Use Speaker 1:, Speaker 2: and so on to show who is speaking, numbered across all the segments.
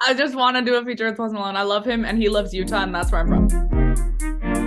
Speaker 1: I just want to do a feature with Post Malone. I love him, and he loves Utah, and that's where I'm from.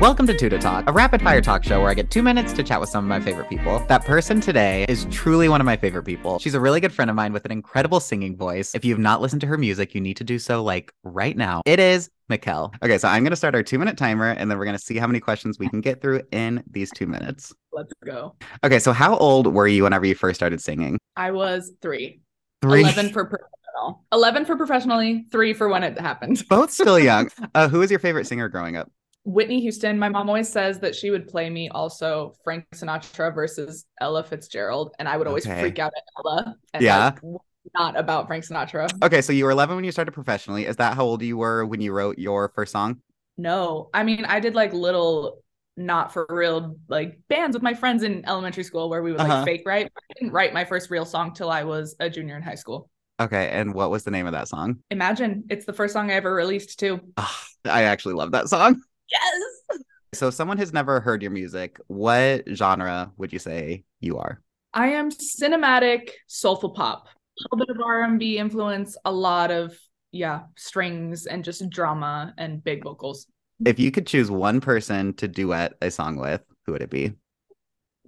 Speaker 2: Welcome to Tuta Talk, a rapid fire talk show where I get two minutes to chat with some of my favorite people. That person today is truly one of my favorite people. She's a really good friend of mine with an incredible singing voice. If you've not listened to her music, you need to do so like right now. It is Mikkel. Okay, so I'm going to start our two minute timer and then we're going to see how many questions we can get through in these two minutes.
Speaker 1: Let's go.
Speaker 2: Okay, so how old were you whenever you first started singing?
Speaker 1: I was three.
Speaker 2: Three.
Speaker 1: 11 for professional. 11 for professionally, three for when it happened.
Speaker 2: Both still young. Uh, who was your favorite singer growing up?
Speaker 1: Whitney Houston, my mom always says that she would play me also Frank Sinatra versus Ella Fitzgerald, and I would always
Speaker 2: Okay.
Speaker 1: freak out at Ella. And
Speaker 2: Yeah.
Speaker 1: like, w- not about Frank Sinatra.
Speaker 2: Okay, so you were 11 when you started professionally. Is that how old you were when you wrote your first song?
Speaker 1: No, I mean I did like little not for real like bands with my friends in elementary school where we would like
Speaker 2: Uh-huh.
Speaker 1: fake write. I didn't write my first real song till I was a junior in high school.
Speaker 2: Okay, and what was the name of that song?
Speaker 1: Imagine it's the first song I ever released too.
Speaker 2: Ah, I actually love that song.
Speaker 1: Yes.
Speaker 2: So, if someone has never heard your music. What genre would you say you are?
Speaker 1: I am cinematic soulful pop. A little bit of R&B influence, a lot of yeah, strings and just drama and big vocals.
Speaker 2: If you could choose one person to duet a song with, who would it be?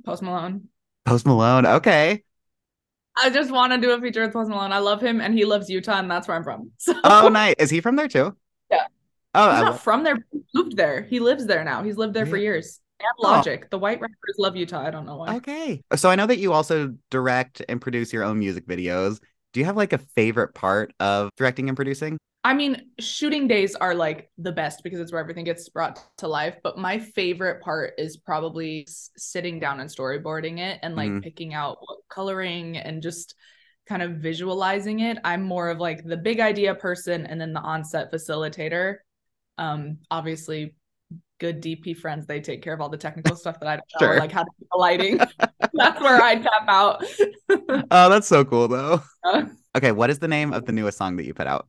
Speaker 1: Post Malone.
Speaker 2: Post Malone. Okay.
Speaker 1: I just want to do a feature with Post Malone. I love him and he loves Utah and that's where I'm from. So
Speaker 2: Oh, nice. Is he from there too?
Speaker 1: Yeah.
Speaker 2: Oh,
Speaker 1: he's
Speaker 2: I
Speaker 1: not
Speaker 2: lo-
Speaker 1: from there. but He moved there. He lives there now. He's lived there for
Speaker 2: Really?
Speaker 1: years. And
Speaker 2: Oh.
Speaker 1: Logic. The white rappers love Utah. I don't know why.
Speaker 2: okay. So, I know that you also direct and produce your own music videos. Do you have like a favorite part of directing and producing?
Speaker 1: I mean, shooting days are like the best because it's where everything gets brought to life. But my favorite part is probably s- sitting down and storyboarding it and like
Speaker 2: Mhm.
Speaker 1: picking out what coloring and just kind of visualizing it. I'm more of like the big idea person and then the on-set facilitator. Um, obviously, good DP friends, they take care of all the technical stuff that I don't know,
Speaker 2: Sure.
Speaker 1: like how to do the lighting. That's where I tap out.
Speaker 2: Oh, that's so cool though.
Speaker 1: Uh,
Speaker 2: Okay. What is the name of the newest song that you put out?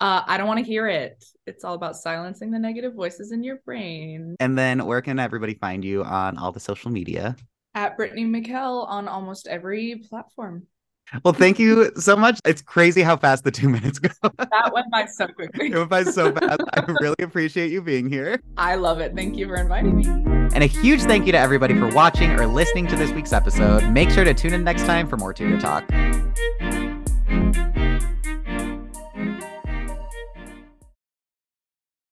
Speaker 1: Uh, I don't want to hear it. It's all about silencing the negative voices in your brain.
Speaker 2: And then, where can everybody find you on all the social media?
Speaker 1: At Brittany McKell on almost every platform.
Speaker 2: Well, thank you so much. It's crazy how fast the two minutes go.
Speaker 1: That went by so quickly.
Speaker 2: it went by so fast. I really appreciate you being here.
Speaker 1: I love it. Thank you for inviting me.
Speaker 2: And a huge thank you to everybody for watching or listening to this week's episode. Make sure to tune in next time for more Tuna Talk.